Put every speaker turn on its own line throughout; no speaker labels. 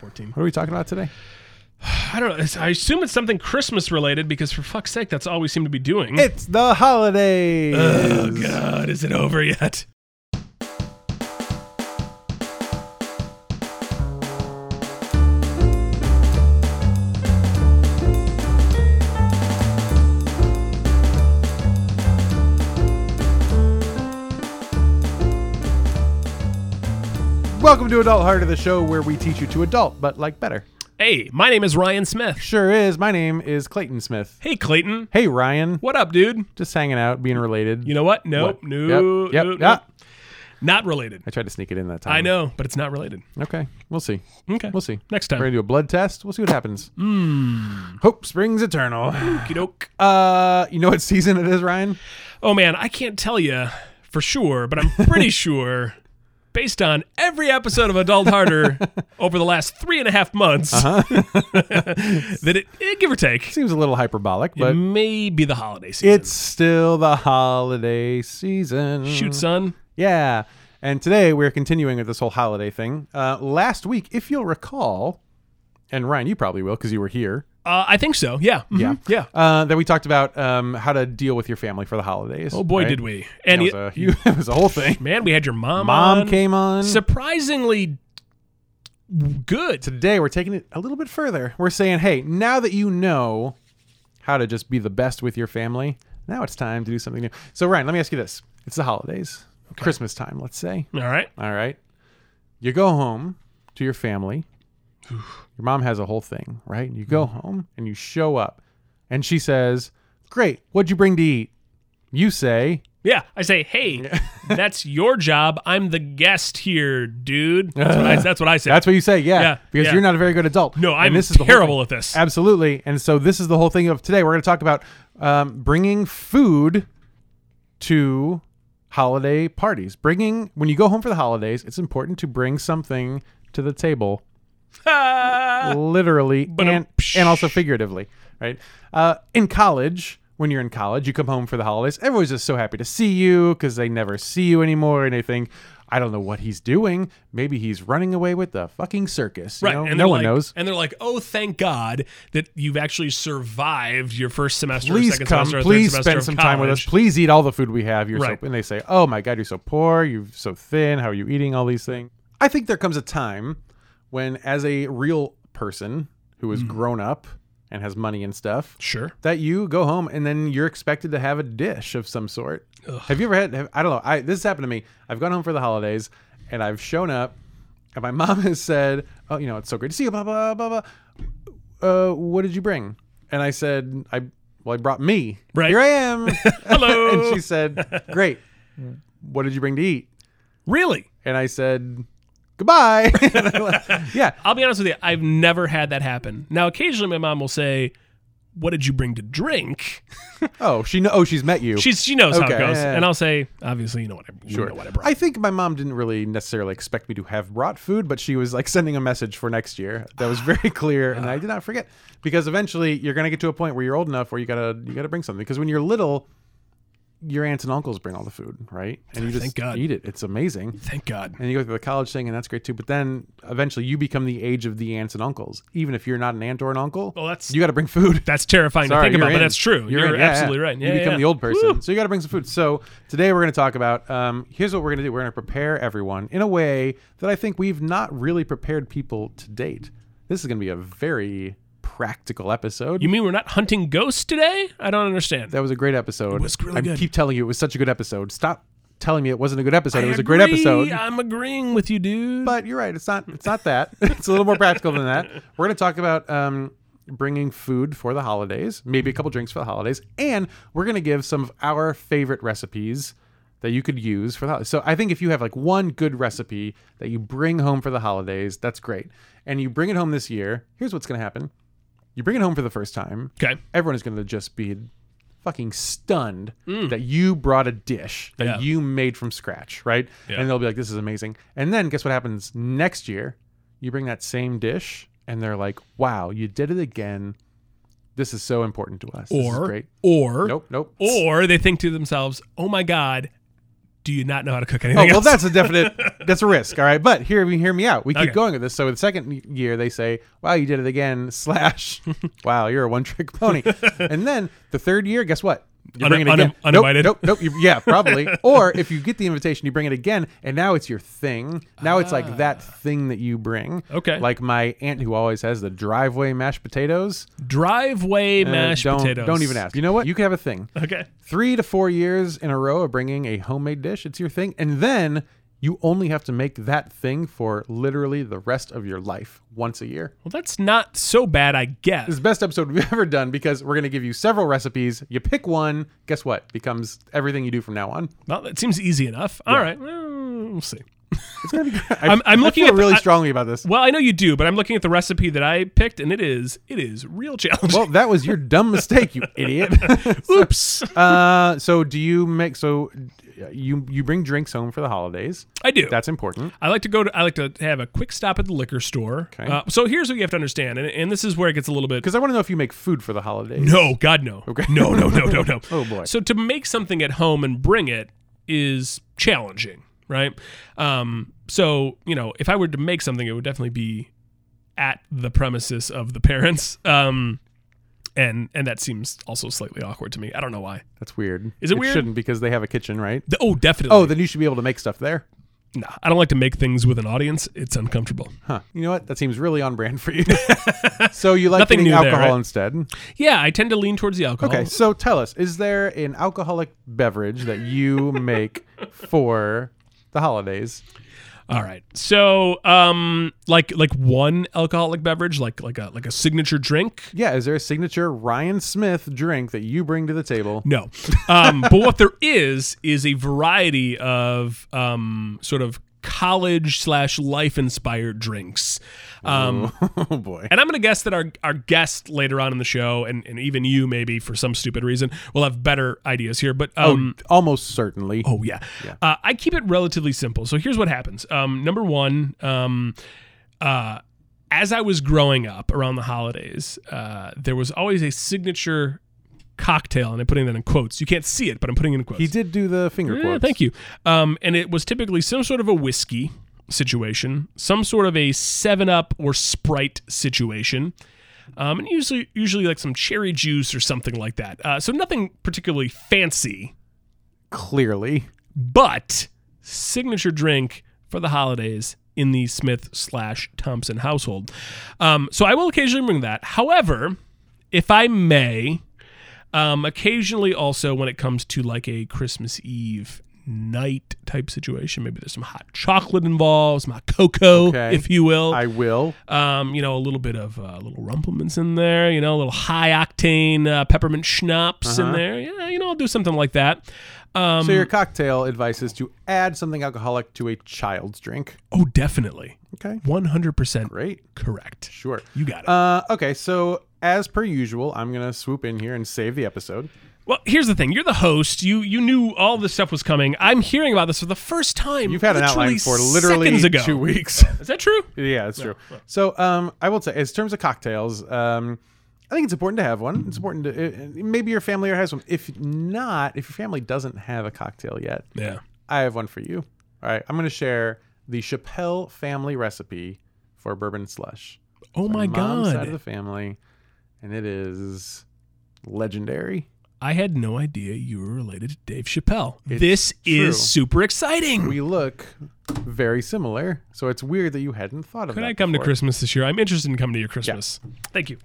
2014.
What are we talking about today?
I don't know. It's, I assume it's something Christmas related because for fuck's sake, that's all we seem to be doing.
It's the holidays.
oh God, is it over yet?
Welcome to Adult Heart of the Show, where we teach you to adult, but like better.
Hey, my name is Ryan Smith.
Sure is. My name is Clayton Smith.
Hey, Clayton.
Hey, Ryan.
What up, dude?
Just hanging out, being related.
You know what? Nope.
What?
No.
Yep. Yep.
no,
Ah,
Not related.
I tried to sneak it in that time.
I know, but it's not related.
Okay. We'll see.
Okay.
We'll see.
Next
We're
time.
gonna do a blood test. We'll see what happens.
Hmm.
Hope springs eternal.
Okey doke.
Uh, you know what season it is, Ryan?
Oh man, I can't tell you for sure, but I'm pretty sure, based on every episode of Adult Harder over the last three and a half months,
Uh-huh.
that it, eh, give or take,
Seems a little hyperbolic, but
may be the holiday season.
it's still the holiday season.
shoot, son.
Yeah. And today we're continuing with this whole holiday thing. Uh, last week, if you'll recall, and Ryan, you probably will because you were here,
Uh, I think so. Yeah. Mhm.
Yeah.
Yeah.
uh, that we talked about um, how to deal with your family for the holidays.
Oh boy,
right?
did we!
That
And
was,
y-
a, you, it was a whole thing.
man, we had your mom.
Mom
on.
came on.
surprisingly good.
Today we're taking it a little bit further. We're saying, hey, now that you know how to just be the best with your family, now it's time to do something new. So, Ryan, let me ask you this: It's the holidays, Christmas time, let's say.
All right.
All right. You go home to your family. Your mom has a whole thing, right? You go
Mm.
home and you show up and she says, Great, what'd you bring to eat? You say,
Yeah, I say, hey, that's your job. I'm the guest here, dude. That's what I, that's what I say.
Uh, That's what you say, yeah.
Yeah,
because
yeah.
you're not a very good adult.
no,
And
I'm
this is the whole
terrible
thing.
at this.
Absolutely. And so this is the whole thing of today. We're going to talk about um, bringing food to holiday parties. Bringing, when you go home for the holidays, it's important to bring something to the table
Ah.
literally and,
Ba-dum-psh.
and also figuratively, right? Uh, in college, when you're in college, you come home for the holidays. Everyone's just so happy to see you because they never see you anymore, and they think, I don't know what he's doing. Maybe he's running away with the fucking circus. You
Right,
know?
and
no
they're
one
like-
knows.
And they're like, "Oh, thank God that you've actually survived your first semester, or
Please
second
come.
semester, or
Please
third semester
spend
of
some time with us.
college."
Please eat all the food we have. You're
Right.
so, and they say, "Oh my God, you're so poor. You're so thin. How are you eating all these things?" I think there comes a time when, as a real person who is grown up and has money and stuff,
Sure.
that you go home and then you're expected to have a dish of some sort. Have you ever had? Have, I don't know. I this has happened to me. I've gone home for the holidays and I've shown up, and my mom has said, "Oh, you know, it's so great to see you." Blah blah blah blah. Uh, what did you bring? And I said, "I well, I brought me.
Right.
Here I am."
Hello.
and she said, "Great. What did you bring to eat?"
Really?
And I said, "Goodbye." And I left. yeah.
I'll be honest with you. I've never had that happen. Now, occasionally, my mom will say, "What did you bring to drink?"
Oh, she know. Oh, she's met you.
She's she knows how it
Okay,
goes,
yeah, yeah,
and
yeah.
I'll say, "Obviously, you know what I, you know what I brought."
I think my mom didn't really necessarily expect me to have brought food, but she was like sending a message for next year that was very clear, and I did not forget because eventually you're gonna get to a point where you're old enough where you gotta you gotta bring something because when you're little, your aunts and uncles bring all the food, right? And you just
Thank God.
eat it. It's amazing.
Thank God.
And you go through the college thing, and that's great too. But then eventually you become the age of the aunts and uncles, even if you're not an aunt or an uncle.
Well, that's-
you got to bring food.
That's terrifying
Sorry,
to think
you're
about, but
in.
that's true. You're,
in, yeah, yeah.
absolutely right. Yeah,
you become
yeah.
the old person, so you got to bring some food. So today we're going to talk about. Um, here's what we're going to do. We're going to prepare everyone in a way that I think we've not really prepared people to date. This is going to be a very practical episode.
You mean we're not hunting ghosts today? I don't understand.
that was a great episode. It
was really
I
good.
keep telling you it was such a good episode. Stop telling me it wasn't a good episode.
I
it was a great
agree.
episode.
I'm agreeing with you, dude.
but you're right. It's not. It's not that. it's a little more practical than that. We're going to talk about um, bringing food for the holidays, maybe a couple drinks for the holidays, and we're going to give some of our favorite recipes that you could use for the holidays. So I think if you have like one good recipe that you bring home for the holidays, that's great. And you bring it home this year. Here's what's going to happen: you bring it home for the first time.
okay.
Everyone is going to just be fucking stunned that you brought a dish that
Mm. Yeah.
you made from scratch, right?
Yeah.
And they'll be like, this is amazing. And then guess what happens next year? You bring that same dish and they're like, wow, you did it again. This is so important to us. this is
Or
great.
or
Nope, nope.
or they think to themselves, "Oh my God, do you not know how to cook
Oh,
anything
well,
else?"
that's a definite that's a risk, all right. But hear me, hear me out. We keep
Okay.
going with this. So the second year, they say, "Wow, you did it again!" Slash, "Wow, you're a one-trick pony." and then the third year, guess what? You
Un-
bring it
un-
again.
uninvited.
Nope, nope. nope you, yeah, probably. or if you get the invitation, you bring it again, and now it's your thing. Now it's like that thing that you bring.
Ah. Okay.
Like my aunt who always has the driveway mashed potatoes.
Driveway
Uh,
mashed
don't,
potatoes.
Don't even ask. You know what? You can have a thing
Okay.
three to four years in a row of bringing a homemade dish. It's your thing. And then you only have to make that thing for literally the rest of your life once a year.
Well, that's not so bad, I
This is
guess.
the best episode we've ever done because we're going to give you several recipes. You pick one. Guess what? Becomes everything you do from now on.
Well, that seems easy enough. All right. Well, we'll see.
It's going to be great. I,
I'm- I'm
I
looking
feel
at the-
really
I-
strongly about this.
Well, I know you do, but I'm looking at the recipe that I picked, and it is it is real challenging.
Well, that was your dumb mistake, you idiot.
Oops.
uh, so do you make so uh, you you bring drinks home for the holidays?
I do.
That's important.
I like to go to. I like to have a quick stop at the liquor store.
Okay.
Uh, so here's what you have to understand, and, and this is where it gets a little bit.
Because I want to know if you make food for the holidays.
No, God, no.
Okay.
No, no, no, no, no.
Oh, boy.
So to make something at home and bring it is challenging, right? Um, so you know, if I were to make something, it would definitely be at the premises of the parents. Um, and and that seems also slightly awkward to me. I don't know why.
That's weird.
Is it weird?
shouldn't because they have a kitchen, right?
The- oh, definitely.
Oh, then you should be able to make stuff there.
Nah, I don't like to make things with an audience. It's uncomfortable.
Huh. You know what? That seems really on brand for you. so you like
Nothing
getting
new there,
alcohol
right? Oh.
instead.
Yeah, I tend to lean towards the alcohol.
Okay. So tell us, is there an alcoholic beverage that you make for the holidays?
All right. So, um, like like one alcoholic beverage, like like a like a signature drink.
Yeah, is there a signature Ryan Smith drink that you bring to the table?
No, um, but what there is is a variety of um, sort of college slash life inspired drinks. Um,
oh boy.
and I'm going to guess that our our guest later on in the show, and, and even you maybe for some stupid reason, will have better ideas here. But
Oh,
um,
Almost certainly.
Oh yeah. Uh, I keep it relatively simple. So here's what happens. Um, number one, um, uh, as I was growing up around the holidays, uh, there was always a signature cocktail, and I'm putting that in quotes. You can't see it, but I'm putting it in quotes.
He did do the finger
Yeah,
quotes.
thank you. Um, and it was typically some sort of a whiskey situation, some sort of a Seven Up or Sprite situation, um, and usually usually like some cherry juice or something like that. Uh, so nothing particularly fancy
Clearly.
but signature drink for the holidays in the Smith slash Thompson household. Um, so I will occasionally bring that. However, if I may, um, occasionally also when it comes to like a Christmas Eve night type situation, maybe there's some hot chocolate involved, some hot cocoa,
Okay.
if you will.
I will.
um, you know, a little bit of uh, little rumplements in there, you know, a little high octane uh, peppermint schnapps
Uh-huh.
in there. Yeah, you know, I'll do something like that. Um,
So your cocktail advice is to add something alcoholic to a child's drink.
Oh, definitely.
Okay.
100%
Great.
correct.
Sure.
You got it.
Uh, okay, so as per usual, I'm gonna swoop in here and save the episode.
well, here's the thing. You're the host. You you knew all this stuff was coming. I'm hearing about this for the first time.
You've had an
literally
outline for literally
seconds ago.
two weeks.
Is that true?
yeah, that's true. So, um, I will say, as terms of cocktails, um, I think it's important to have one. It's important to uh, maybe your family already has one. If not, if your family doesn't have a cocktail yet,
Yeah.
I have one for you. All right, I'm gonna share the Chappelle family recipe for bourbon slush.
Oh my
Mom's side of
god.
the family, and it is legendary.
I had no idea you were related to Dave Chappelle. This is
true.
super exciting.
we look very similar. So it's weird that you hadn't thought of
Could
that.
I come to
before.
Christmas this year? I'm interested in coming to your Christmas. Thank you.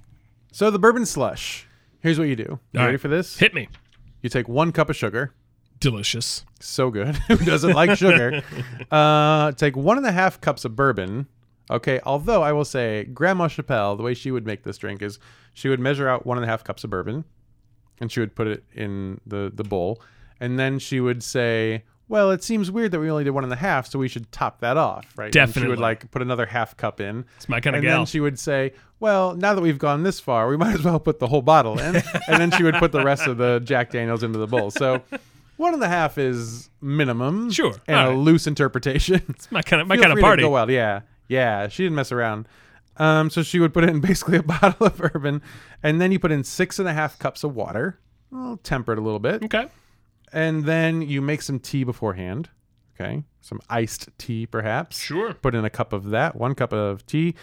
So the bourbon slush. Here's what you do. You
All
ready
right.
for this?
Hit me.
You take one cup of sugar.
Delicious.
So good. Who doesn't like sugar? Uh, take one and a half cups of bourbon. Okay. Although I will say, Grandma Chappelle, the way she would make this drink is she would measure out one and a half cups of bourbon, and she would put it in the the bowl, and then she would say. Well, it seems weird that we only did one and a half, so we should top that off, right? And she
Definitely.
would like put another half cup in.
It's my kind of
and
gal.
then she would say, "Well, now that we've gone this far, we might as well put the whole bottle in." and then she would put the rest of the Jack Daniels into the bowl. So, one and a half is minimum,
Sure.
and
All
a
right.
loose interpretation.
it's my kind of my
Feel
kind of
free to
party.
Go wild, yeah, yeah. She didn't mess around. Um, so she would put in basically a bottle of bourbon, and then you put in six and a half cups of water, well, tempered a little bit,
Okay.
and then you make some tea beforehand. Okay. Some iced tea, perhaps.
Sure.
Put in a cup of that, one cup of tea.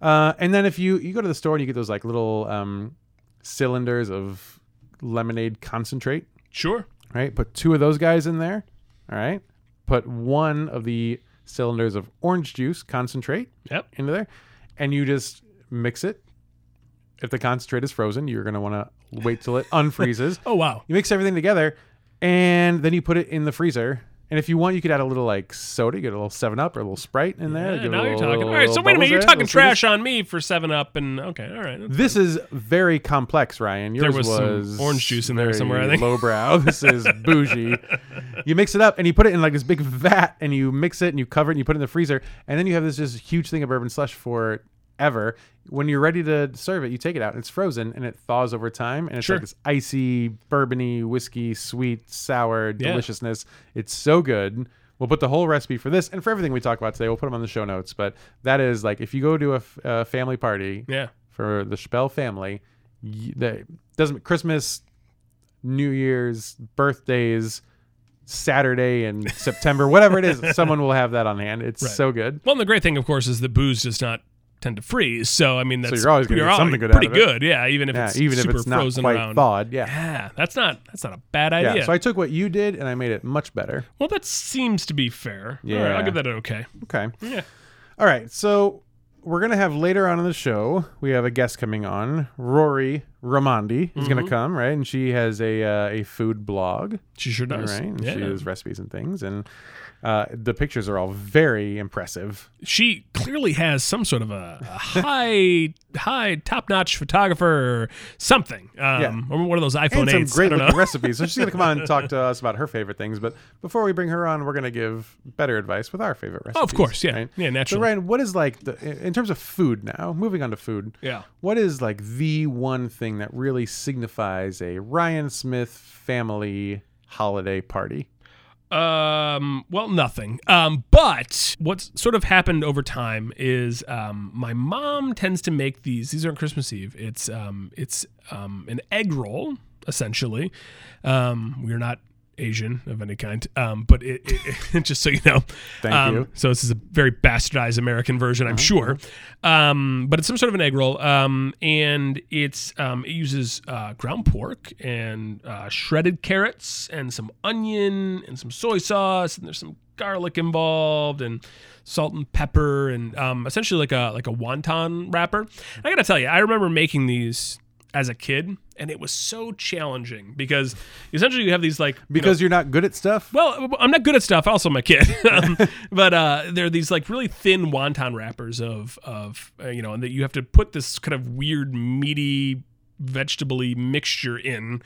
Uh, and then if you, you go to the store and you get those like little um, cylinders of lemonade concentrate,
Sure.
right? Put two of those guys in there. All right. Put one of the cylinders of orange juice concentrate
Yep.
into there and you just mix it. If the concentrate is frozen, you're going to want to wait till it unfreezes.
Oh wow.
You mix everything together, and then you put it in the freezer. And if you want, you could add a little like soda, you get a little Seven Up or a little Sprite in there.
Yeah,
give it a
now you're
little-
talking. All right. So
little
wait a
bubbles
minute.
eh?
You're
in,
talking
little sweetness.
trash on me for Seven Up and okay. All right.
This is very complex, Ryan. Yours
was some orange juice in there
very
somewhere, I think.
lowbrow. This is bougie. You mix it up and you put it in like this big vat, and you mix it and you cover it and you put it in the freezer, and then you have this just huge thing of bourbon slush for ever. When you're ready to serve it, you take it out and it's frozen and it thaws over time, and it's
Sure.
like this icy bourbony whiskey, sweet, sour
Yeah.
deliciousness. It's so good. We'll put the whole recipe for this and for everything we talk about today. We'll put them on the show notes. But that is like if you go to a f- a family party,
Yeah.
for the Chappelle family. y- They doesn't Christmas, New Year's, birthdays, Saturday and September, whatever it is, someone will have that on hand. It's
Right.
so good.
Well, and the great thing, of course, is the booze does not tend to freeze. So I mean, that's
you're always gonna
you're
get
always
something good out
pretty
of it.
good. Yeah. Even if
Yeah,
it's
even if
super
it's not
frozen
quite
around.
thawed. Yeah.
Yeah. That's not that's not a bad
Yeah.
idea.
So I took what you did and I made it much better.
well, that seems to be fair. All right, I'll
Yeah.
give that an okay.
Okay.
Yeah.
All right. So we're gonna have later on in the show, we have a guest coming on. Rory Romandi is
Mm-hmm.
gonna come, right? And she has a uh, a food blog.
She sure does.
Right, and
Yeah.
she has recipes and things, and uh, the pictures are all very impressive.
she clearly has some sort of a, a high, high, top-notch photographer or something. Um, Or one of those iPhone
and some
8s. I
great
don't know.
looking recipes. So she's gonna come on and talk to us about her favorite things. But before we bring her on, we're gonna give better advice with our favorite recipes.
Oh, of course, yeah,
right?
yeah,
So
naturally,
Ryan, what is like the in terms of food now? Moving on to food.
yeah.
What is like the one thing that really signifies a Ryan Smith family holiday party?
Um, well, nothing. Um, but what's sort of happened over time is um, my mom tends to make these. These aren't Christmas Eve. It's um, it's um, an egg roll essentially. Um, we're not Asian of any kind. Um, but it, it, it just so you know.
Thank
um,
you.
So this is a very bastardized American version, I'm sure. Um, but it's some sort of an egg roll, um, and it's um, it uses uh, ground pork and uh, shredded carrots and some onion and some soy sauce and there's some garlic involved and salt and pepper and um, essentially like a like a wonton wrapper. I gotta tell you, I remember making these as a kid, and it was so challenging because essentially you have these like you know,
Because you are not good at stuff.
well, I'm not good at stuff. Also, my kid. um, but uh, there are these like really thin wonton wrappers of of uh, you know, and that you have to put this kind of weird meaty vegetably mixture in,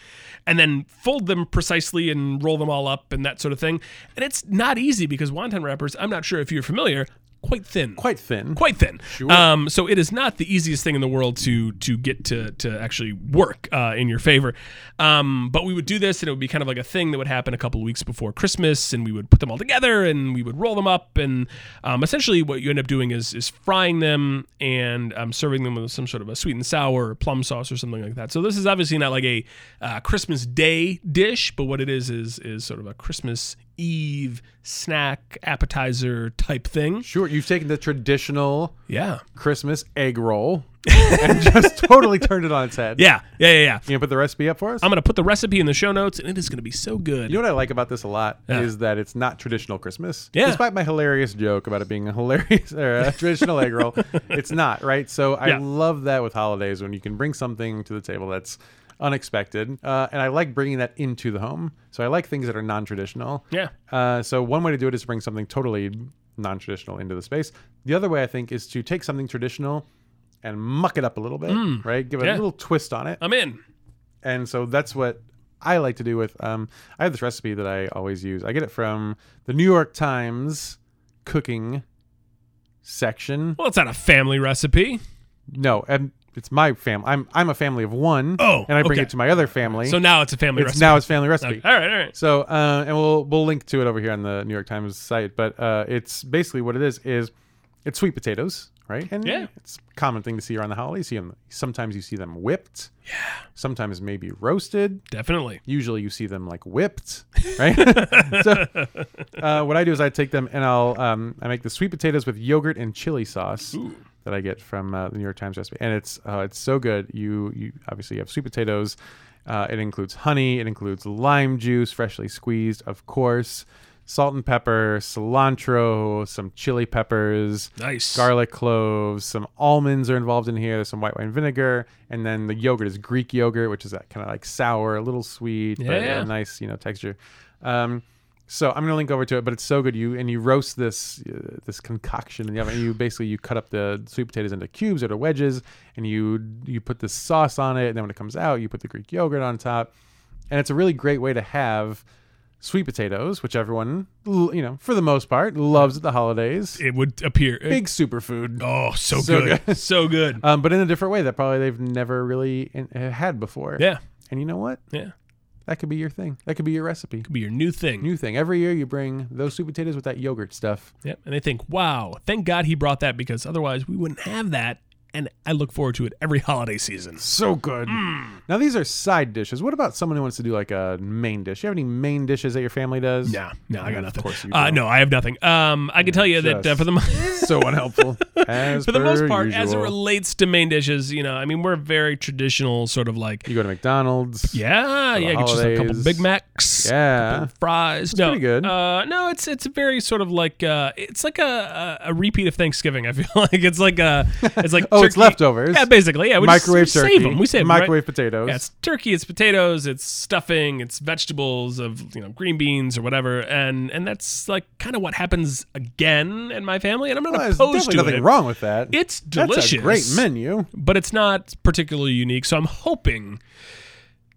and then fold them precisely and roll them all up and that sort of thing. And it's not easy because wonton wrappers. I'm not sure if you're familiar. Quite thin
Quite thin.
quite thin. Um, so it is not the easiest thing in the world to to get to to actually work uh, in your favor. Um, but we would do this, and it would be kind of like a thing that would happen a couple of weeks before Christmas, and we would put them all together, and we would roll them up, and um, essentially what you end up doing is is frying them and um, serving them with some sort of a sweet and sour or plum sauce or something like that. So this is obviously not like a uh, Christmas Day dish, but what it is is is sort of a Christmas Eve snack appetizer type thing.
Sure, you've taken the traditional
Yeah.
Christmas egg roll and just totally turned it on its head.
Yeah, yeah, yeah, yeah.
You gonna put the recipe up for us?
I'm gonna put the recipe in the show notes, and it is gonna be so good.
You know what I like about this a lot
Yeah.
is that it's not traditional Christmas.
Yeah.
Despite my hilarious joke about it being a hilarious or a traditional egg roll, it's not, right? So I
Yeah.
love that with holidays when you can bring something to the table that's unexpected. Uh, and I like bringing that into the home. So I like things that are non traditional.
yeah,
Uh, so one way to do it is to bring something totally non-traditional into the space. The other way I think is to take something traditional and muck it up a little bit, right? Give it
Mm. yeah. Uh.
a little twist on it.
I'm in.
And so that's what I like to do with. Um, I have this recipe that I always use. I get it from the New York Times cooking section.
Well, it's not a family recipe.
No, and it's my family. I'm I'm a family of one.
Oh,
and I bring
okay.
it to my other family.
So now it's a family
it's
recipe.
now it's family recipe.
all right, all right.
So, uh, and we'll we'll link to it over here on the New York Times site. But uh, it's basically what it is is it's sweet potatoes, right? And
Yeah.
it's a common thing to see around the holidays. See them sometimes you see them whipped. Yeah. Sometimes maybe roasted.
Definitely.
Usually you see them like whipped, right? so uh, what I do is I take them and I'll um, I make the sweet potatoes with yogurt and chili sauce.
Ooh.
That I get from uh, the New York Times recipe, and it's uh, it's so good. You you obviously have sweet potatoes. Uh, it includes honey. It includes lime juice, freshly squeezed, of course, salt and pepper, cilantro, some chili peppers,
Nice.
garlic cloves, some almonds are involved in here. There's some white wine vinegar, and then the yogurt is Greek yogurt, which is that kind of like sour, a little sweet, but
Yeah.
a nice you know texture. Um, so I'm gonna link over to it, but it's so good. You and you roast this uh, this concoction, and you, have- and you basically you cut up the sweet potatoes into cubes or to wedges, and you you put this sauce on it, and then when it comes out, you put the Greek yogurt on top, and it's a really great way to have sweet potatoes, which everyone l- you know for the most part loves at the holidays.
It would appear.
Big superfood.
oh, so,
So
good. so good.
um, but in a different way that probably they've never really in, uh, had before.
Yeah.
And you know what?
Yeah.
That could be your thing. That could be your recipe.
Could be your new thing.
New thing. Every year you bring those sweet potatoes with that yogurt stuff.
Yep. And they think, wow, thank God he brought that because otherwise we wouldn't have that. And I look forward to it every holiday season.
So good. Now these are side dishes. What about someone who wants to do like a main dish? You have any main dishes that your family does?
No, no, I
Yeah,
got
of
nothing.
course you
uh,
don't.
no, I have nothing. Um, I can tell you that uh,
just-
for the mo-
So unhelpful. As
for the most part, as it
usual.
relates to main dishes, you know, I mean, we're very traditional, sort of like,
you go to McDonald's.
yeah, yeah,
the
get yourself a couple
holidays.
Big Macs,
Yeah.
couple fries. no,
pretty good.
Uh, no, it's it's very sort of like uh, it's like a, a a repeat of Thanksgiving. I feel like it's like a it's like
Oh, it's
turkey-
leftovers.
Yeah, basically, yeah. We just-
Microwave
we
turkey.
Save them. We save 'em, right?
microwave potatoes.
Yeah, it's turkey, it's potatoes, it's stuffing, it's vegetables of you know green beans or whatever, and and that's like kind of what happens again in my family, and I'm not
Well, there's
opposed
Uh, definitely
to
nothing
it.
wrong with that.
It's
That's a
delicious,
great menu.
but it's not particularly unique. So I'm hoping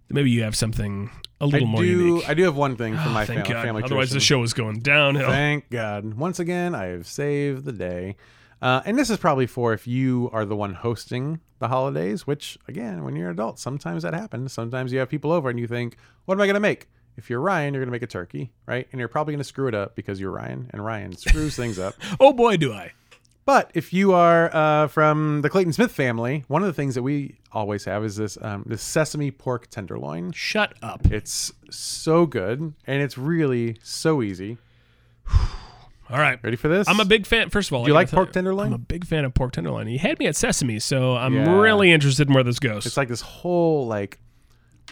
that maybe you have something a
I
little more
do.
unique. Oh,
I do have one thing for my
Thank
family.
God.
family
Otherwise, the
tradition.
show is going downhill.
Thank God. Once again, I have saved the day. Uh, and this is probably for if you are the one hosting the holidays, which, again, when you're an adult, sometimes that happens. Sometimes you have people over and you think, what am I going to make? If you're Ryan, you're going to make a turkey, right? And you're probably going to screw it up because you're Ryan, and Ryan screws things up.
oh boy, do I!
But if you are uh, from the Clayton Smith family, one of the things that we always have is this, um, this sesame pork tenderloin.
Shut up.
It's so good, and it's really so easy.
All right.
Ready for this?
I'm a big fan. First of all,
Do you
I
like
gotta tell
pork tenderloin?
I'm a big fan of pork tenderloin. He had me at sesame, so I'm
Yeah.
really interested in where this goes.
It's like this whole like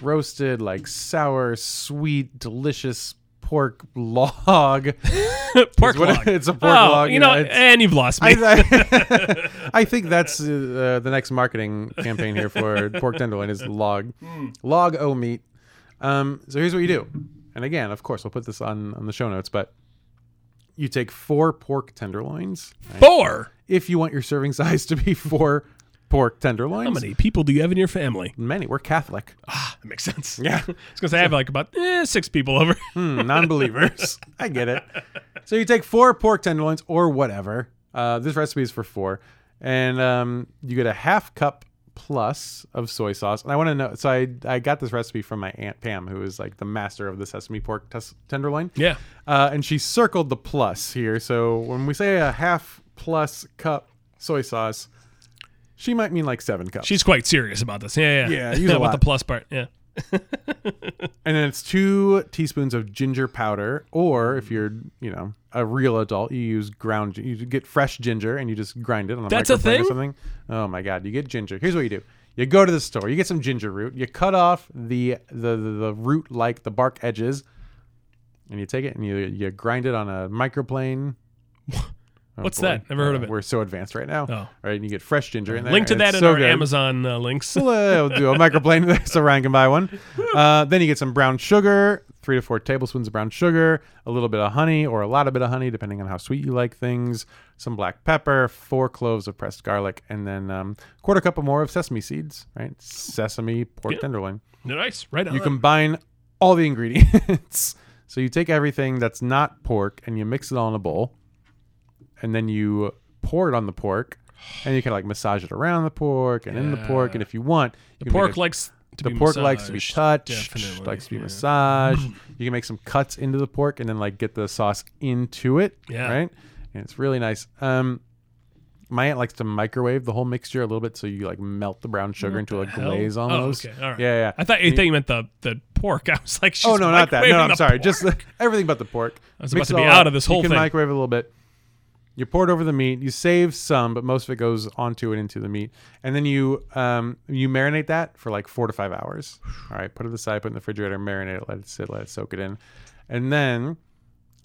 roasted, like sour, sweet, delicious pork log.
pork
It's what-
log.
it's a pork
oh,
log,
You know,
yeah, it's-
and you've lost me.
I, I- I think that's uh, the next marketing campaign here for pork tenderloin is log,
Hmm.
log o meat. Um, so here's what you do, and again, of course, we'll put this on on the show notes, but. You take four pork tenderloins
Four.
if you want your serving size to be four pork tenderloins.
How many people do you have in your family?
Many. We're Catholic.
Ah, that makes sense.
Yeah.
I was gonna say I have like about eh, six people over.
Hmm, non-believers. I get it. So you take four pork tenderloins or whatever. Uh, this recipe is for four, and um, you get a half cup plus of soy sauce. And I want to know. So I I got this recipe from my aunt Pam, who is like the master of the sesame pork tes- tenderloin.
yeah.
Uh, and she circled the plus here. So when we say a half plus cup soy sauce, she might mean like seven cups.
She's quite serious about this. Yeah, yeah.
Yeah, use a
about
lot.
the plus part. Yeah.
And then it's two teaspoons of ginger powder, or if you're, you know, a real adult, you use ground. You get fresh ginger and you just grind it on a
That's a
microplane
thing?
or something. Oh my god, you get ginger. Here's what you do: you go to the store, you get some ginger root, you cut off the the the, the root like the bark edges, and you take it and you you grind it on a microplane. Oh,
What's that? Never heard of it.
We're so advanced right now.
Oh.
Right, and you get fresh ginger in there.
Link to
and
that
it's
in
so
our
good.
Amazon uh, links.
We'll do a microplane so Ryan can buy one. Uh, then you get some brown sugar, three to four tablespoons of brown sugar, a little bit of honey or a lot of bit of honey, depending on how sweet you like things. Some black pepper, four cloves of pressed garlic, and then um, quarter cup or more of sesame seeds. Right, sesame pork tenderloin.
nice. Right on.
You combine all the ingredients. so you take everything that's not pork and you mix it all in a bowl. And then you pour it on the pork. And you can like massage it around the pork and in the pork. And if you want, you
the
can make
pork
a-
likes to
the
be
pork likes to be
massaged.
touched,
Definitely.
likes to be
yeah.
massaged. you can make some cuts into the pork and then like get the sauce into it,
Yeah.
right? And it's really nice. Um, My aunt likes to microwave the whole mixture a little bit, so you like melt the brown sugar into a
Hell?
glaze almost.
Oh, okay. All right.
Yeah, yeah.
I thought you, thought you meant the the pork. I was like, she's
oh no, not that. No,
microwaving
I'm
the
sorry.
pork.
Just the, everything but the pork. I
was about to be out of this whole
You can
thing.
microwave it a little bit. You pour it over the meat. You save some, but most of it goes onto and into the meat. And then you um, you marinate that for like four to five hours. All right, put it aside, put it in the refrigerator, marinate it, let it sit, let it soak it in, and then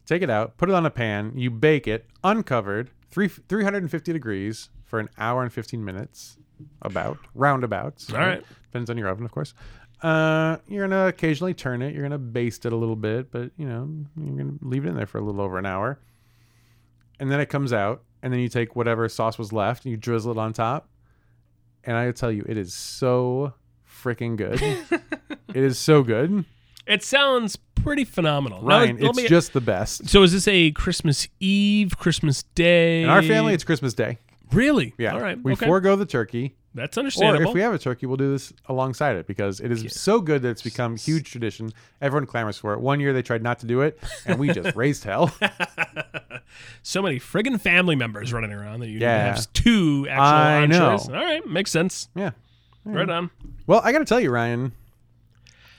take it out, put it on a pan. You bake it uncovered, three three hundred and fifty degrees for an hour and fifteen minutes, about roundabouts.
All right.
depends on your oven, of course. Uh, you're gonna occasionally turn it. You're gonna baste it a little bit, but you know you're gonna leave it in there for a little over an hour, and then it comes out, and then you take whatever sauce was left and you drizzle it on top, and I tell you, it is so freaking good. it is so good,
It sounds pretty phenomenal. Now,
Ryan.
let
it's
me-
just the best.
so is this a Christmas Eve, Christmas Day?
In our family, it's Christmas Day.
really
Yeah.
All right,
We
okay.
forego the turkey.
That's
Or
understandable.
if we have a turkey, we'll do this alongside it because it is so good that it's become huge tradition. Everyone clamors for it. One year they tried not to do it, and we just raised hell.
so many friggin' family members running around that you
Yeah.
have s- two actual
I know.
entrees. All right, makes sense.
Yeah.
Right on.
Well, I got to tell you, Ryan,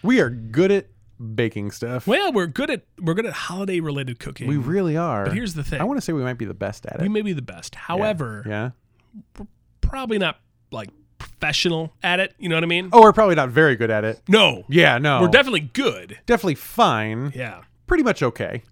we are good at baking stuff.
Well, we're good at we're good at holiday related cooking.
we really are. But
here's the thing.
I want to say we might be the best at it.
we may be the best. However,
yeah.
probably not like professional at it. You know what I mean?
Oh, we're probably not very good at it.
No,
Yeah, no.
we're definitely good.
definitely fine.
Yeah,
Pretty much okay.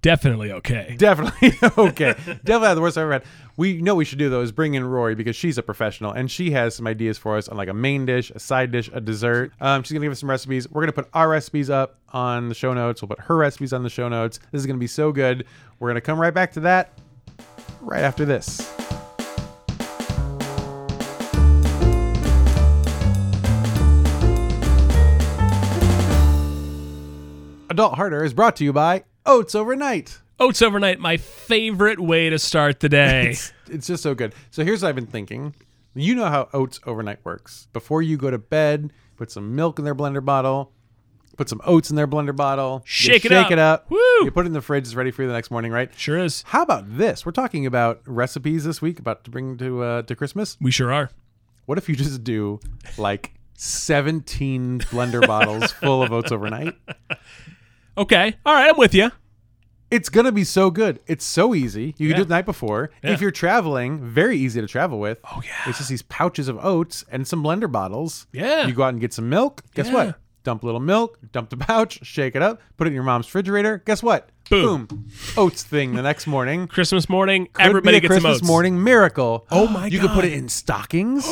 definitely okay.
Definitely okay. Definitely had the worst I've ever had. We you know what we should do though is bring in Rory because she's a professional and she has some ideas for us on like a main dish, a side dish, a dessert. Um, she's gonna give us some recipes. We're gonna put our recipes up on the show notes. We'll put her recipes on the show notes. This is gonna be so good. We're gonna come right back to that right after this. Adult Harder is brought to you by Oats Overnight.
Oats overnight, my favorite way to start the day.
It's just so good. So here's what I've been thinking. You know how oats overnight works. Before you go to bed, put some milk in their blender bottle, put some oats in their blender bottle, you
Shake it
shake
up.
it up.
Woo!
You put it in the fridge. It's ready for you the next morning, right?
sure is.
How about this? We're talking about recipes this week, about to bring to uh, to Christmas.
We sure are.
What if you just do like 17 blender bottles full of oats overnight?
Okay. All right, I'm with you.
It's gonna be so good. It's so easy. You can do
Yeah.
it the night before.
Yeah.
If you're traveling, very easy to travel with.
Oh, yeah.
It's just these pouches of oats and some blender bottles.
Yeah.
You go out and get some milk. Guess
Yeah.
what? Dump a little milk, dump the pouch, shake it up, put it in your mom's refrigerator. Guess what?
Boom.
Oats thing the next morning.
Christmas morning,
Could
everybody
be a
gets
Christmas
some oats.
morning miracle.
Oh my
You could put it
God.
in stockings.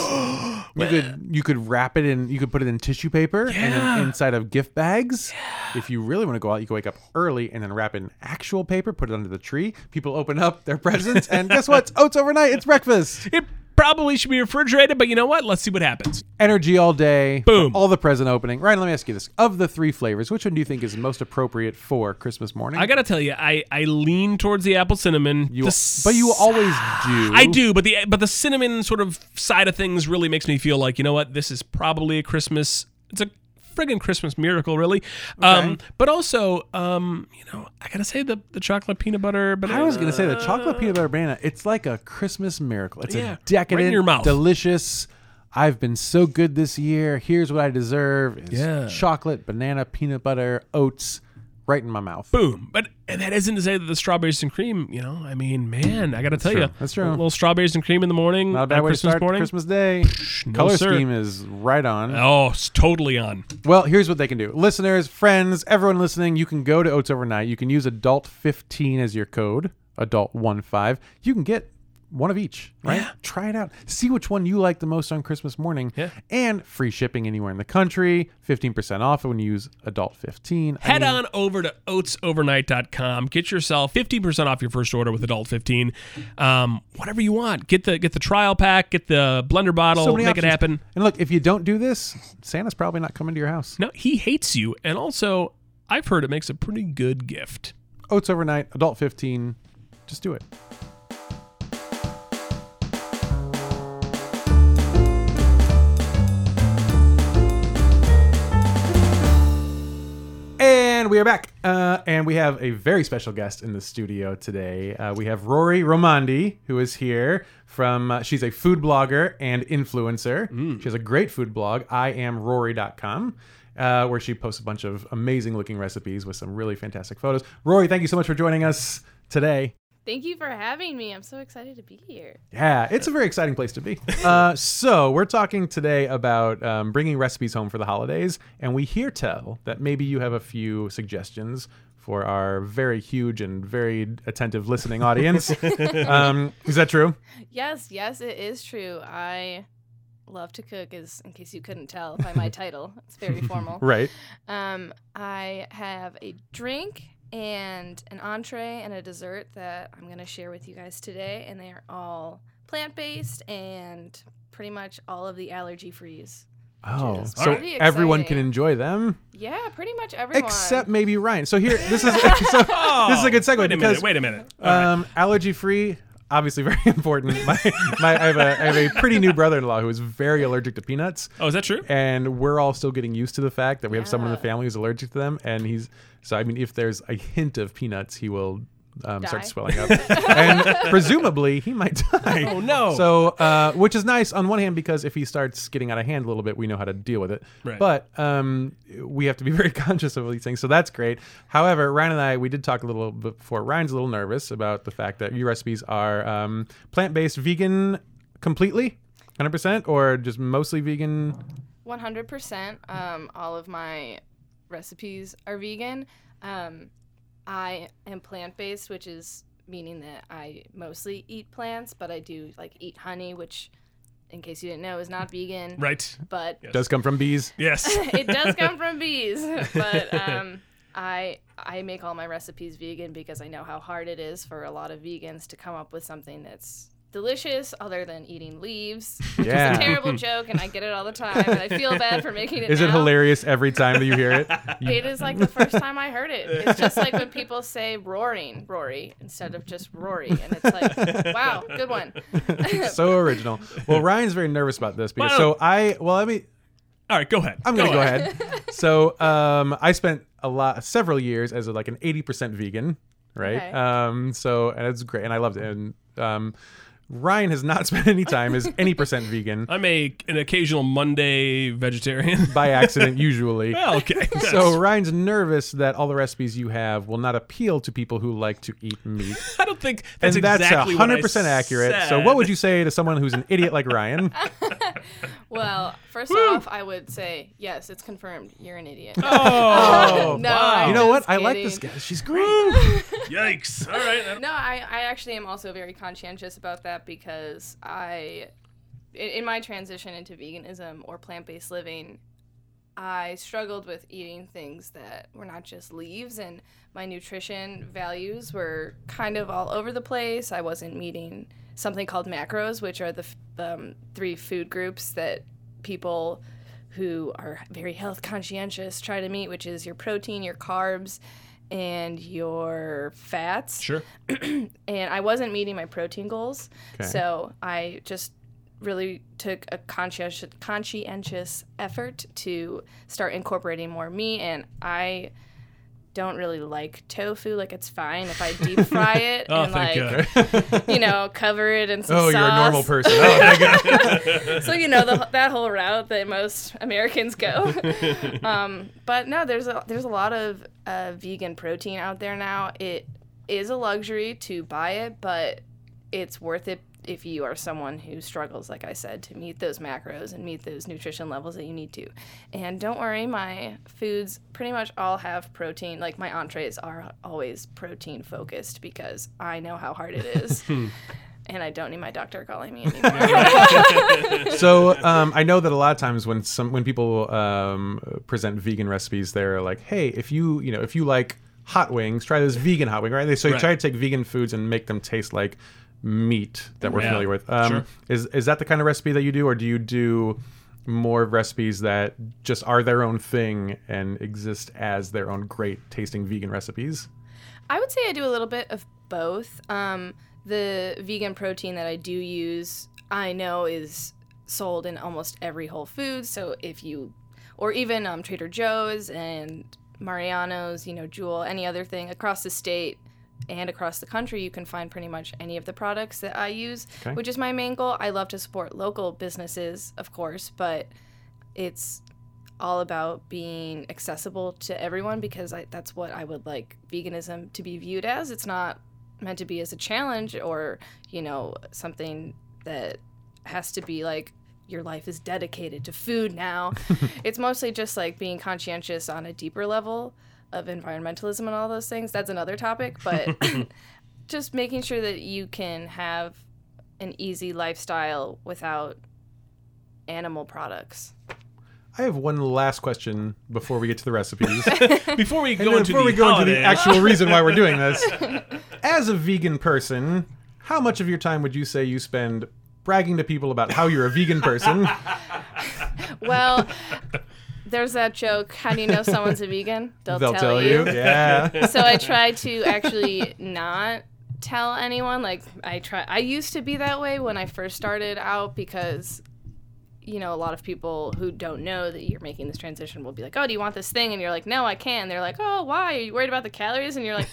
you could you could wrap it in you could put it in tissue paper and
Yeah.
then inside of gift bags. If you really want to go out, you can wake up early and then wrap it in actual paper, put it under the tree. People open up their presents and guess what? It's oats overnight. It's breakfast.
It probably should be refrigerated, but you know what? Let's see what happens.
Energy all day.
Boom.
All the present opening. Ryan, let me ask you this. Of the three flavors, which one do you think is most appropriate for Christmas morning?
I gotta tell you, I I lean towards the apple cinnamon.
you,
The s-
but you always do.
I do, but the but the cinnamon sort of side of things really makes me feel like you know what? This is probably a Christmas. It's a friggin' Christmas miracle, really. Um, but also, um, you know, I gotta say the the chocolate peanut butter. But
I was gonna say the chocolate peanut butter banana. It's like a Christmas miracle. It's
Yeah, right
a
in
decadent,
your mouth.
delicious. I've been so good this year. Here's what I deserve: is
Yeah.
chocolate, banana, peanut butter, oats, right in my mouth.
boom. But and that isn't to say that the strawberries and cream, you know, I mean, man, I gotta tell
true.
you,
That's true.
A little strawberries and cream in the morning,
Not a bad
on
way to
Christmas
start
morning.
Christmas Day. Color
sir.
scheme is right on.
Oh, it's totally on.
Well, here's what they can do. Listeners, friends, everyone listening, you can go to Oats Overnight. You can use adult 15 as your code, adult 15. You can get one of each, right?
Yeah.
Try it out. See which one you like the most on Christmas morning.
Yeah.
And free shipping anywhere in the country, 15% off when you use adult 15.
Head on over to oatsovernight.com. Get yourself 15% off your first order with Adult 15. Um, whatever you want. Get the get the trial pack, get the blender bottle,
So many
make it
options.
happen.
And look, if you don't do this, Santa's probably not coming to your house.
No, he hates you. And also, I've heard it makes a pretty good gift.
Oats Overnight, adult 15. Just do it. And we are back. Uh, and we have a very special guest in the studio today. Uh, we have Rory Romandi, who is here from, uh, she's a food blogger and influencer. She has a great food blog, iamrory.com, uh, where she posts a bunch of amazing looking recipes with some really fantastic photos. Rory, thank you so much for joining us today.
Thank you for having me. I'm so excited to be here.
Yeah, it's a very exciting place to be. Uh, so we're talking today about um, bringing recipes home for the holidays, and we hear tell that maybe you have a few suggestions for our very huge and very attentive listening audience. um, is that true?
Yes, yes, it is true. I love to cook is in case you couldn't tell by my title. It's very formal.
Right.
Um, I have a drink and an entree and a dessert that I'm going to share with you guys today and they are all plant-based and pretty much all of the allergy frees.
Oh,
is
so
pretty
everyone can
exciting.
enjoy them
Yeah, pretty much everyone.
except maybe Ryan. So here, this is so, this is a good segue
Oh, Wait a
because
minute. Wait a minute. All right.
Um, allergy free, obviously very important. My, my, I, have a, I have a pretty new brother-in-law who is very allergic to peanuts,
oh, is that true?
and we're all still getting used to the fact that we have someone in the
Yeah.
family who's allergic to them. And he's so I mean, if there's a hint of peanuts, he will um,
Die.
start swelling up, and presumably he might die.
Oh no.
So, uh, which is nice on one hand because if he starts getting out of hand a little bit, we know how to deal with it.
Right.
But um, we have to be very conscious of these things, so that's great. However, Ryan and I we did talk a little bit before. Ryan's a little nervous about the fact that your recipes are um, plant-based, vegan, completely, hundred percent, or just mostly vegan.
100% um, all of my recipes are vegan um, i am plant-based which is meaning that i mostly eat plants but i do like eat honey which in case you didn't know is not vegan
right.
but
Yes.
Does come from bees.
Yes.
it does come from bees but um, i i make all my recipes vegan because i know how hard it is for a lot of vegans to come up with something that's delicious other than eating leaves which is
Yeah.
a terrible joke and i get it all the time and i feel bad for making it
Is it
now.
hilarious every time that you hear it? You-
It is like the first time I heard it. It's just like when people say roaring, Rory, instead of just Rory. And it's like, wow, good one.
so original. Well, Ryan's very nervous about this because
Well-
so I well let me
All right. Go ahead.
I'm gonna go,
on.
ahead. So um, I spent a lot, several years as like an eighty percent vegan, right?
Okay.
Um, so and it's great, and I loved it. And um, Ryan has not spent any time as any percent vegan
I'm a an occasional Monday vegetarian.
by accident, usually.
well, okay. That's-
So Ryan's nervous that all the recipes you have will not appeal to people who like to eat meat,
I don't think
and
that's
that's uh,
exactly what I
hundred percent accurate. So
said.
what would you say to someone who's an idiot like Ryan?
Well, first off, I would say, yes, it's confirmed. You're an idiot.
Oh,
Oh,
No,
wow.
You know what?
Just
I like
kidding.
this guy. She's great.
Yikes. All right.
No, I, I actually am also very conscientious about that because I, i- in my transition into veganism or plant based living, I struggled with eating things that were not just leaves, and my nutrition values were kind of all over the place. I wasn't meeting something called macros, which are the f- um, three food groups that people who are very health conscientious try to meet, which is your protein, your carbs, and your fats
Sure.
and I wasn't meeting my protein goals.
Okay.
So I just really took a conscientious, conscientious effort to start incorporating more meat. And I don't really like tofu. Like, it's fine if I deep fry it
Oh,
and,
thank
like, you know, cover it in some
Oh,
sauce.
you're a normal person. Oh, thank God.
so, you know, the, that whole route that most Americans go. um, but no, there's a, there's a lot of uh, vegan protein out there now. It is a luxury to buy it, but it's worth it if you are someone who struggles, like I said, to meet those macros and meet those nutrition levels that you need to. And don't worry, my foods pretty much all have protein. Like my entrees are always protein focused because I know how hard it is. And I don't need my doctor calling me anymore.
so um, I know that a lot of times when some when people um, present vegan recipes, they're like, "Hey, if you you know if you like hot wings, try this vegan hot wing." Right? They, so you
Right.
try to take vegan foods and make them taste like meat that we're
Yeah,
familiar with. Um,
sure.
Is is that the kind of recipe that you do, or do you do more recipes that just are their own thing and exist as their own great tasting vegan recipes?
I would say I do a little bit of both. Um, the vegan protein that I do use, I know is sold in almost every Whole Foods. So if you, or even um, Trader Joe's and Mariano's, you know, Jewel, any other thing across the state and across the country, you can find pretty much any of the products that I use,
Okay.
which is my main goal. I love to support local businesses, of course, but it's all about being accessible to everyone because I, that's what I would like veganism to be viewed as. It's not meant to be as a challenge or, you know, something that has to be like your life is dedicated to food now. it's mostly just like being conscientious on a deeper level of environmentalism and all those things. That's another topic, but just making sure that you can have an easy lifestyle without animal products.
I have one last question before we get to the recipes.
Before we
And
go
then
into
before
the
we go into the
holiday-
actual reason why we're doing this, as a vegan person, how much of your time would you say you spend bragging to people about how you're a vegan person?
Well, there's that joke. How do you know someone's a vegan? They'll,
They'll tell you. Yeah.
so I try to actually not tell anyone. Like I try. I used to be that way when I first started out because, you know, a lot of people who don't know that you're making this transition will be like, "Oh, do you want this thing?" And you're like, "No, I can't." And they're like, "Oh, why? Are you worried about the calories?" And you're like,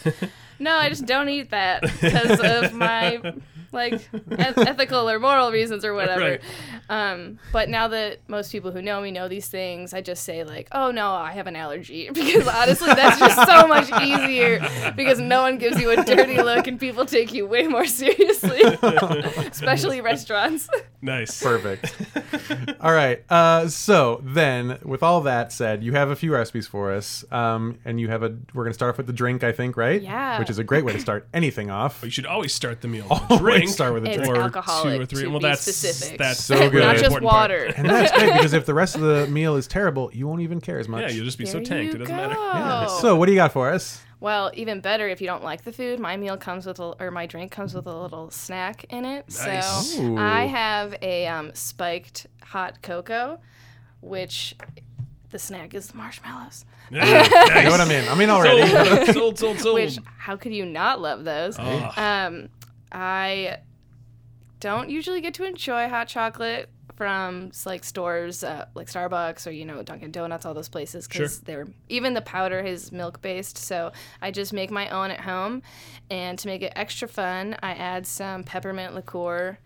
"No, I just don't eat that because of my." like eth- ethical or moral reasons or whatever
Right.
um, but now that most people who know me know these things, I just say like, "Oh no, I have an allergy," because honestly, that's just so much easier because no one gives you a dirty look and people take you way more seriously, especially restaurants.
nice.
Perfect. All right. Uh, so then, with all that said, you have a few recipes for us, um, and you have a. We're gonna start off with the drink, I think, right?
Yeah.
Which is a great way to start anything off.
You should always start the meal. with a
Always
drink.
start with a
or
It's
drink. alcoholic,
Two or three.
to
well,
be
that's
specific.
That's
So good.
Not
the
just
important part.
water.
And that's great because if the rest of the meal is terrible, you won't even care as much.
Yeah, you'll just be so
There
tanked.
you
It doesn't
go.
matter.
so what do you got for us?
Well, even better if you don't like the food. My meal comes with, a, or my drink comes with a little snack in it.
Nice.
So
Ooh.
I have a um, spiked hot cocoa, which the snack is marshmallows.
Yeah,
You know what I'm in? I'm in already.
nice. Sold, sold, sold, sold.
Which how could you not love those?
Ugh.
Um, I don't usually get to enjoy hot chocolate from s- like stores uh, like Starbucks or you know Dunkin' Donuts, all those places because
Sure.
they're even the powder is milk based. So I just make my own at home, and to make it extra fun, I add some peppermint liqueur.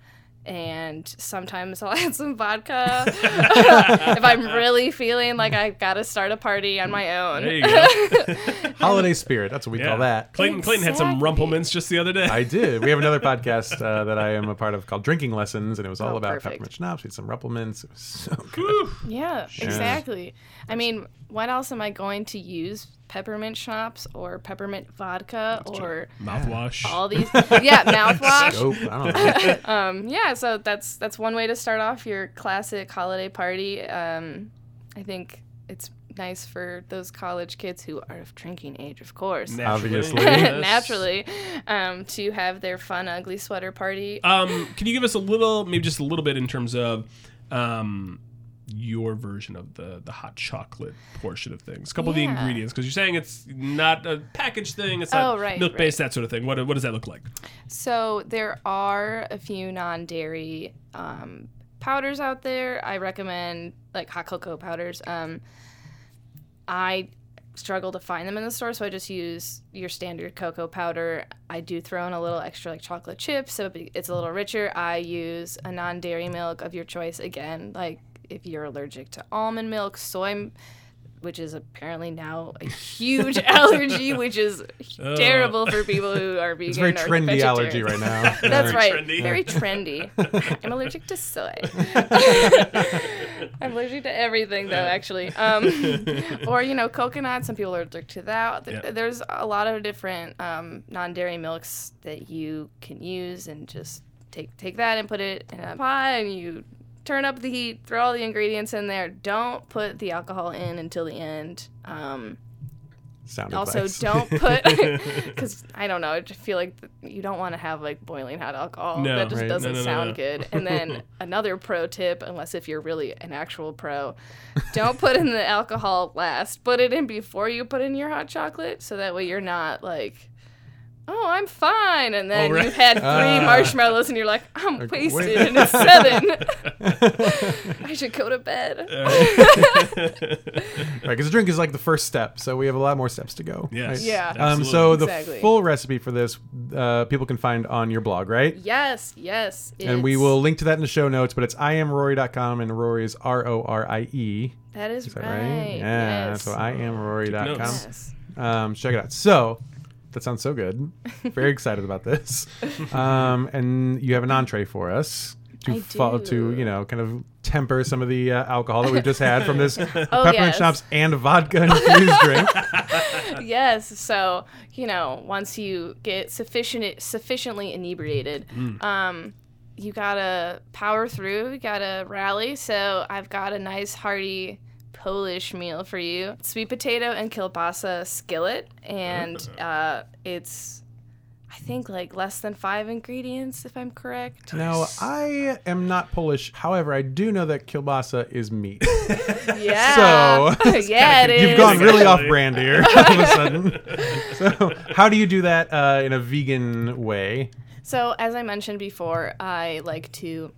And sometimes I'll add some vodka if I'm really feeling like I've got to start a party on my own.
There you go.
Holiday spirit. That's what we
Yeah.
call that.
Clayton, Clayton had some
Exactly.
rumplements just the other day.
I did. We have another podcast uh, that I am a part of called Drinking Lessons, and it was all
Oh,
about
perfect.
peppermint schnapps. We had some rumplements. It was so good.
Whew.
Yeah, exactly. I mean, what else am I going to use? Peppermint schnapps or peppermint vodka or
Mouthwash.
all these? yeah, mouthwash.
Dope. I don't know.
Um, yeah, so that's that's one way to start off your classic holiday party. Um, I think it's nice for those college kids who are of drinking age, of course.
Obviously.
Yes.
Naturally, um, to have their fun ugly sweater party.
Um, can you give us a little, maybe just a little bit, in terms of um, your version of the the hot chocolate portion of things? A couple of the
Yeah.
ingredients, because you're saying it's not a packaged thing. It's not
Oh, right,
milk based, that sort of thing. What what does that look like?
So there are a few non-dairy um, powders out there. I recommend like hot cocoa powders. Um, I struggle to find them in the store, so I just use your standard cocoa powder. I do throw in a little extra like chocolate chips, so it be- it's a little richer. I use a non-dairy milk of your choice. Again, like if you're allergic to almond milk, soy. m- Which is apparently now a huge allergy, which is terrible for people who are vegan.
It's a very
or
trendy allergy right
vegetarian.
now.
That's
Very
right.
trendy.
Very trendy. I'm allergic to soy. I'm allergic to everything, though, actually. Um, or, you know, coconut. Some people are allergic to that. Th-
Yeah.
There's a lot of different um, non dairy milks that you can use and just take, take that and put it in a pot and you turn up the heat, throw all the ingredients in there. Don't put the alcohol in until the end. Um,
Sound
also
advice.
don't put because i don't know i just feel like th- you don't want to have like boiling hot alcohol
No,
that just
right.
doesn't
No, no, no,
sound
no.
good and then another pro tip unless if you're really an actual pro don't put in the alcohol last put it in before you put in your hot chocolate so that way you're not like oh, I'm fine. And then
Oh, right.
you've had three
Ah.
marshmallows and you're like, I'm
Like,
wasted
wait.
and it's seven. I should go to bed.
Uh.
Uh,
Right, because the drink is like the first step, so we have a lot more steps to go.
Yes.
right?
Yeah.
Um, so the
Exactly.
full recipe for this, uh, people can find on your blog, right?
Yes, yes.
And we
it's-
will link to that in the show notes, but it's iamrory.com and Rory is R O R I E.
That is,
Is that
right.
right? Yeah.
Yes.
So um, iamrory.com.
notes.
yes.
Um, check it out. So that sounds so good. Very excited about this. Um, and you have an entree for us to
I
follow to
do.
you know kind of temper some of the uh, alcohol that we've just had from this peppermint
Oh, yes.
schnapps and vodka infused drink.
yes. So you know, once you get sufficient sufficiently inebriated,
Mm.
um, you gotta power through. You gotta rally. So I've got a nice hearty Polish meal for you: sweet potato and kielbasa skillet, and uh, it's. I think like less than five ingredients, if I'm correct.
Now I am not Polish, however, I do know that kielbasa is meat.
Yeah.
So-
yeah, it
You've
is.
gone really off
Exactly.
brand here all of a sudden. So, how do you do that uh, in a vegan way?
So, as I mentioned before, I like to,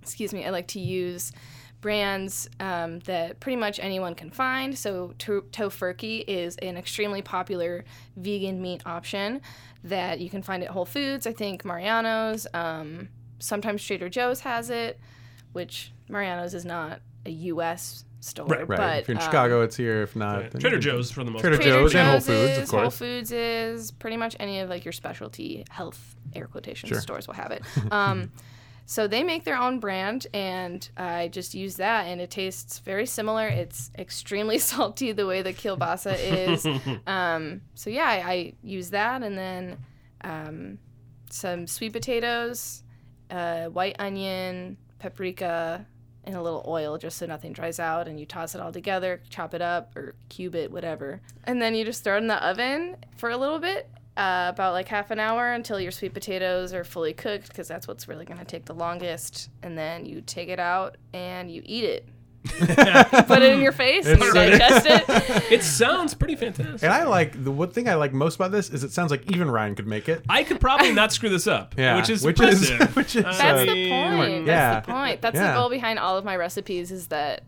excuse me, I like to use brands um, that pretty much anyone can find. So, to- Tofurkey is an extremely popular vegan meat option that you can find at Whole Foods. I think Mariano's, um, sometimes Trader Joe's has it, which Mariano's is not a U.S. store,
Right,
Right.
but
if you're in
um,
Chicago, it's here. If not, then
Trader
you can-
Joe's for the most
Trader
part.
Trader
Joe's
Joe's
and Whole Foods, of
is, Whole
course.
Foods is pretty much any of like your specialty health air quotation
Sure.
stores will have it. Um, so they make their own brand, and I just use that, and it tastes very similar. It's extremely salty the way the kielbasa is. um, so yeah, I, I use that, and then um, some sweet potatoes, uh, white onion, paprika, and a little oil just so nothing dries out. And you toss it all together, chop it up or cube it, whatever. And then you just throw it in the oven for a little bit, uh, about like half an hour until your sweet potatoes are fully cooked because that's what's really going to take the longest. And then you take it out and you eat it. Put it in your face and you
It's-
digest it.
It sounds pretty fantastic.
And I like the one thing I like most about this is it sounds like even Ryan could make it.
I could probably not screw this up,
Yeah,
which is
which is-
impressive. Uh,
which is,
That's
So-
the
Yeah.
point. That's the point. That's
Yeah.
the goal behind all of my recipes is that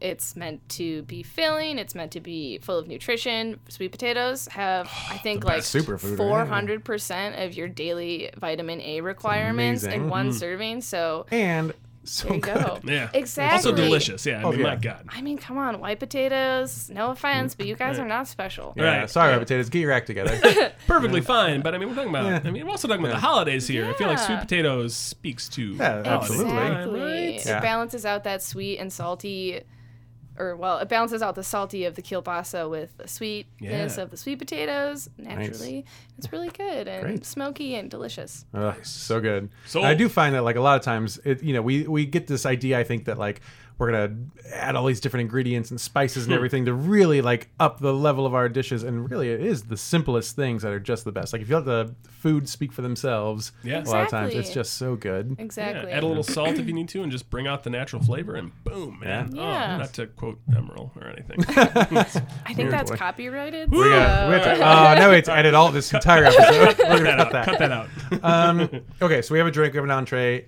it's meant to be filling. It's meant to be full of nutrition. Sweet potatoes have, I think, like
best superfood, right?
400% of your daily vitamin A requirements in
amazing. Mm-hmm.
one serving.
and
So
so
there you
good.
go.
yeah.
Exactly.
Also delicious. Yeah. I
Oh,
mean, my
yeah.
God.
I mean, come on, white potatoes. No offense, but you guys are not special.
Mm. Yeah,
Right.
Sorry, our potatoes. Get your act together.
Perfectly fine. But I mean, we're talking about, I mean, we're also talking about the holidays here. I feel like sweet
Yeah.
potatoes speaks to
Yeah,
holidays.
absolutely.
Exactly.
Oh, Right?
It
Yeah.
balances out that sweet and salty, or well, it balances out the salty of the kielbasa with the sweetness
Yeah.
of the sweet potatoes. Naturally, it's really good and
Great.
smoky and delicious.
Ugh, so good.
So-
And I do find that like a lot of times, it, you know, we we get this idea. I think that like we're gonna add all these different ingredients and spices
Hmm.
and everything to really like up the level of our dishes. And really, it is the simplest things that are just the best. Like if you let the food speak for themselves,
Yeah.
a lot of times
Exactly.
it's just so good.
Yeah,
Exactly.
add a little salt if you need to, and just bring out the natural flavor, and boom, man.
Yeah.
Oh,
Yeah.
not to quote Emerald or anything.
I think
Weird
that's
boy.
copyrighted.
We gotta- we have to- oh, now we have to edit all this entire episode. We're gonna cut that.
Cut that out.
Um, okay, so we have a drink, we have an entree.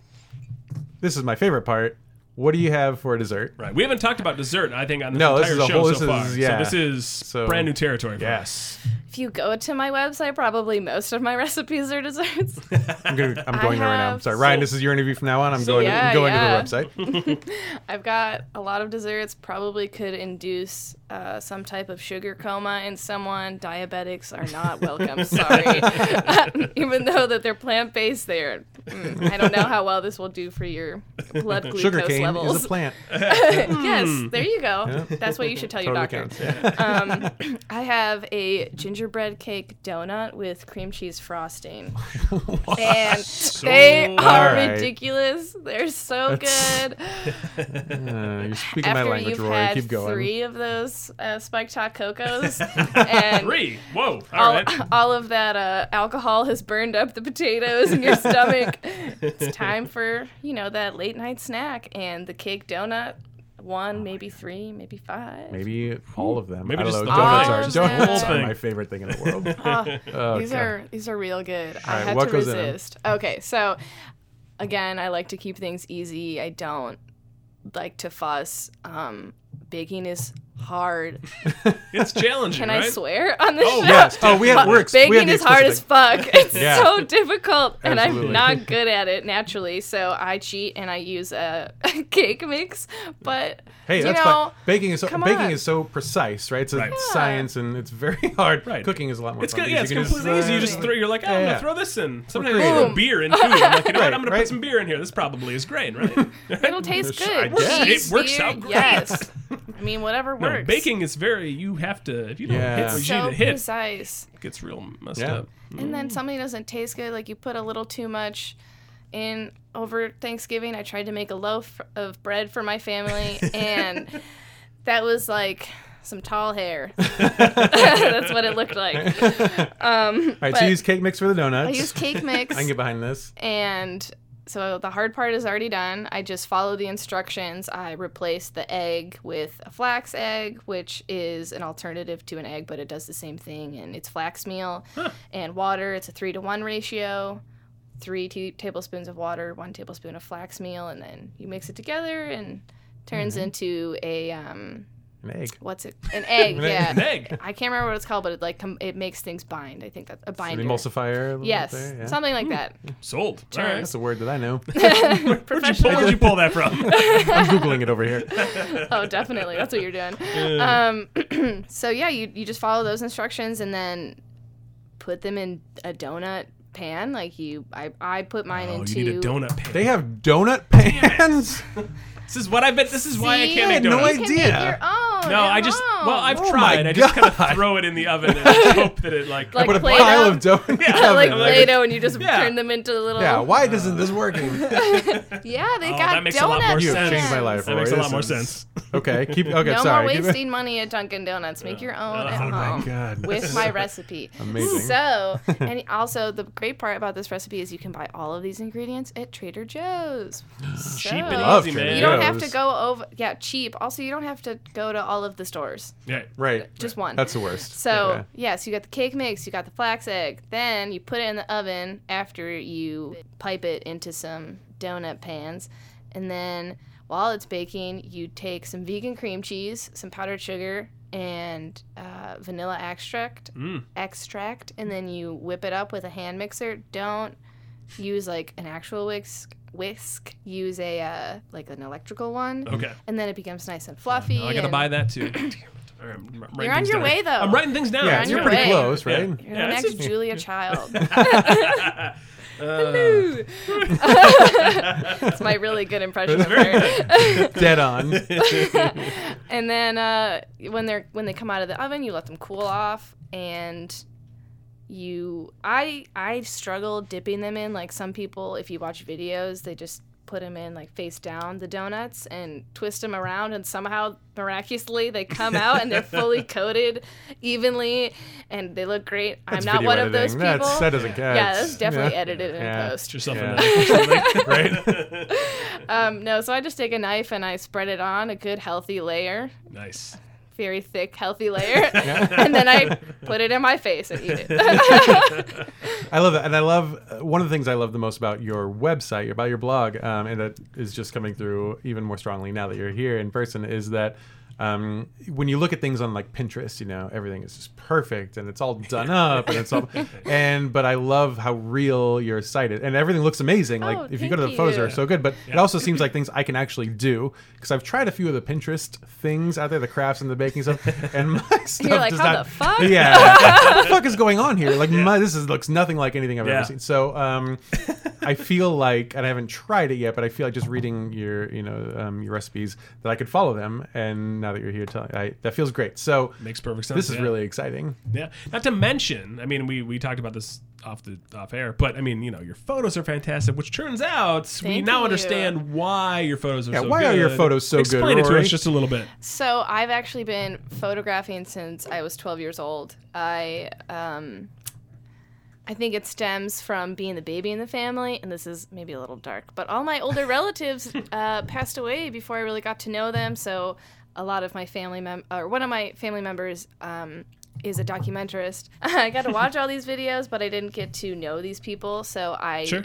This is my favorite part. What do you have for dessert?
Right. We haven't talked about dessert, I think, on this
No, this
entire
is a
show
whole-
so
this
far.
is- yeah.
So this is
So-
brand new territory. For us.
Yes,
if you go to my website, probably most of my recipes are desserts.
I'm, gonna, I'm going there right now. I'm
have-
sorry, Ryan. This is your interview from now on. I'm going.
yeah,
I'm going
yeah.
to the website.
I've got a lot of desserts. Probably could induce uh, some type of sugar coma in someone. Diabetics are not welcome. Sorry, even though that they're plant based, they're. mm, I don't know how well this will do for your blood glucose
Sugar cane
levels.
is a plant. Hmm.
yes, there you go. That's what you should tell your
Totally
doctor.
counts. Yeah.
Um, I have a gingerbread cake donut with cream cheese frosting.
Uh,
and they are
Alright.
ridiculous. They're so
That's-
good.
Uh, you're speaking
After
my language,
you've
Rory.
had
Keep going.
three of those uh, spiked hot cocos, and
Three. Whoa. All
all,
right.
all of that uh, alcohol has burned up the potatoes in your stomach. it's time for you know that late night snack, and the cake donut one, maybe three, maybe five.
Maybe all of them.
Maybe
I don't
just
know.
the
donuts
whole
are
thing. All
donuts
of
are
them.
my favorite thing in the world.
Oh,
Oh,
These
God.
are these are real good. I
right,
had
what
to
goes in 'em?
resist. Okay, so again, I like to keep things easy. I don't like to fuss. Um, baking is hard.
It's challenging,
Can
right?
I swear on this
Oh,
show?
yes.
Oh, we have we're ex- we had
Baking
the
is hard as
explicit
fuck. It's
Yeah.
so difficult, and
Absolutely.
I'm not good at it naturally. So I cheat and I use a cake mix. But
Hey,
you
that's
know,
fine. Baking is so,
come
baking
on.
is so precise, right? It's a
Right. Yeah.
science, and it's very hard.
Right.
Cooking is a lot more
It's
fun.
gonna, yeah, it's
because you can
completely easy. You just
design-
throw. You're like, oh, I'm
Yeah, yeah.
gonna throw this in. Sometimes I
creative.
throw beer in food. I'm like, you know what?
Right,
I'm gonna
right.
put some beer in here. This probably is great, right?
it'll taste
Sure, I
good.
guess.
It
Cheese,
works
beer,
out great.
Yes, I mean whatever works.
No, baking is very. You have to. If you don't hit
Yeah.
what you
so
need to hit,
precise.
it gets real messed
Yeah.
up.
And then something doesn't taste good, like you put a little too much in over Thanksgiving. I tried to make a loaf of bread for my family, and that was like some tall hair. That's what it looked like. Um,
All right,
but
so you use cake mix for the donuts.
I used cake mix,
I can get behind this.
and so the hard part is already done. I just follow the instructions. I replace the egg with a flax egg, which is an alternative to an egg, but it does the same thing. And it's flax meal and water. It's a three to one ratio. Three tea tablespoons of water, one tablespoon of flax meal, and then you mix it together and turns
Mm-hmm.
into a um,
An egg.
what's it? An egg,
An egg.
yeah.
An egg.
I can't remember what it's called, but it like com- it makes things bind. I think that's a
An
binder.
emulsifier. a little bit
yes,
there, yeah. Hmm.
something like that.
Sold. All right.
That's a word that I know.
Where'd you, pull, where'd you pull that from?
I'm googling it over here.
oh, definitely. That's what you're doing. Um, so yeah, you you just follow those instructions and then put them in a donut pan. Like you, I I put mine
oh,
into.
you need a donut pan.
They have donut pans.
this is what I bet. This is why I
See?
can't
I
make
had no
donuts.
You can
idea.
make your own.
No,
at
I just
home.
well, I've
Oh my
tried. I just kind
God.
of throw it in the oven and just hope that it like.
Like-
What a
Play-Doh?
pile of donuts.
Yeah, like
like
a-
Play-Doh, and you just
Yeah.
turn them into little.
Yeah, why isn't this working?
Yeah, they
Oh,
got
that makes a lot
donuts.
more
You have
sense.
changed my life.
That makes a
Roy.
lot more
This is-
sense.
Okay, keep. Okay,
No
sorry.
more
Keep it-
wasting money at Dunkin' Donuts. Make your own at
Oh
home.
my
God.
With my recipe.
Amazing.
So, and also the great part about this recipe is you can buy all of these ingredients at Trader Joe's. So,
Cheap and
Love
easy,
Trader
man.
You don't
Joe's.
have to go over. Yeah, cheap. Also, you don't have to go to all of the stores.
Yeah.
Right.
Just one.
That's the worst.
So
Okay.
yes, you got the cake mix, you got the flax egg. Then you put it in the oven after you pipe it into some donut pans, and then while it's baking, you take some vegan cream cheese, some powdered sugar, and uh, vanilla extract,
Mm.
extract, and then you whip it up with a hand mixer. Don't use like an actual whisk. Whisk. Use a uh, like an electrical one,
Okay.
and then it becomes nice and fluffy.
Oh, I gotta
and-
buy that too. Damn it. All right, I'm writing
You're on
things
your
down.
way, though.
I'm writing things down.
yeah,
on
you're
your
pretty
way.
close,
Yeah.
right?
You're
Yeah,
the
this
next
is-
Julia Child.
Uh,
It's my really good impression of
Very
her.
good.
Dead on.
And then uh, when they're when they come out of the oven, you let them cool off, and you I I struggle dipping them in. Like some people, if you watch videos, they just put them in like face down the donuts and twist them around, and somehow miraculously they come out and they're fully coated evenly, and they look great.
That's
I'm not
video
one of
editing.
those people.
That's, that doesn't count.
yeah, that's definitely edited in
Yeah.
post.
Put yourself
Yeah.
in there.
right?
Um, no, so I just take a knife and I spread it on a good healthy layer,
nice.
very thick healthy layer, and then I put it in my face and eat it.
I love that, and I love uh, one of the things I love the most about your website, about your blog, um, and that is just coming through even more strongly now that you're here in person. Is that um, when you look at things on like Pinterest, you know everything is just perfect and it's all done up and it's all, and but I love how real your site is, and everything looks amazing. Like
Oh,
if you go to the
thank
photos,
you.
are so good, but it also seems like things I can actually do because I've tried a few of the Pinterest things out there, the crafts and the baking stuff, and my stuff
like,
does
"How
not-
the fuck?"
yeah. what the fuck is going on here? Like, my, this is, looks nothing like anything I've
Yeah.
ever seen. So, um, I feel like, and I haven't tried it yet, but I feel like just reading your, you know, um, your recipes that I could follow them. And now that you're here, telling, I, that feels great. So,
Makes perfect sense.
this is
yeah.
really exciting.
Yeah. Not to mention, I mean, we we talked about this off the off air, but I mean, you know, your photos are fantastic, which turns out we
Thank
now
you.
understand why your photos are
Yeah,
so
why are your photos so good,
Explain Explain it
Rory?
to us just a little bit.
so I've actually been photographing since I was 12 years old. I um, I think it stems from being the baby in the family, and this is maybe a little dark, but all my older relatives uh, passed away before I really got to know them. So a lot of my family mem or one of my family members um, is a documentarist. I got to watch all these videos, but I didn't get to know these people. So I
Sure.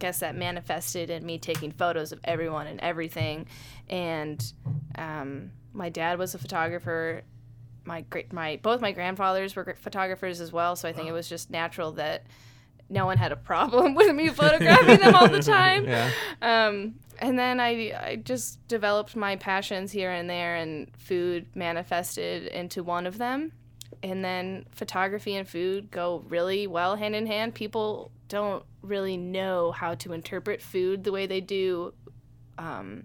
guess that manifested in me taking photos of everyone and everything. And um, my dad was a photographer. My great, my both my grandfathers were gr- photographers as well. So I think it was just natural that no one had a problem with me photographing them all the time.
Yeah.
Um, and then I, I just developed my passions here and there, and food manifested into one of them. And then photography and food go really well hand in hand. People don't really know how to interpret food the way they do, um,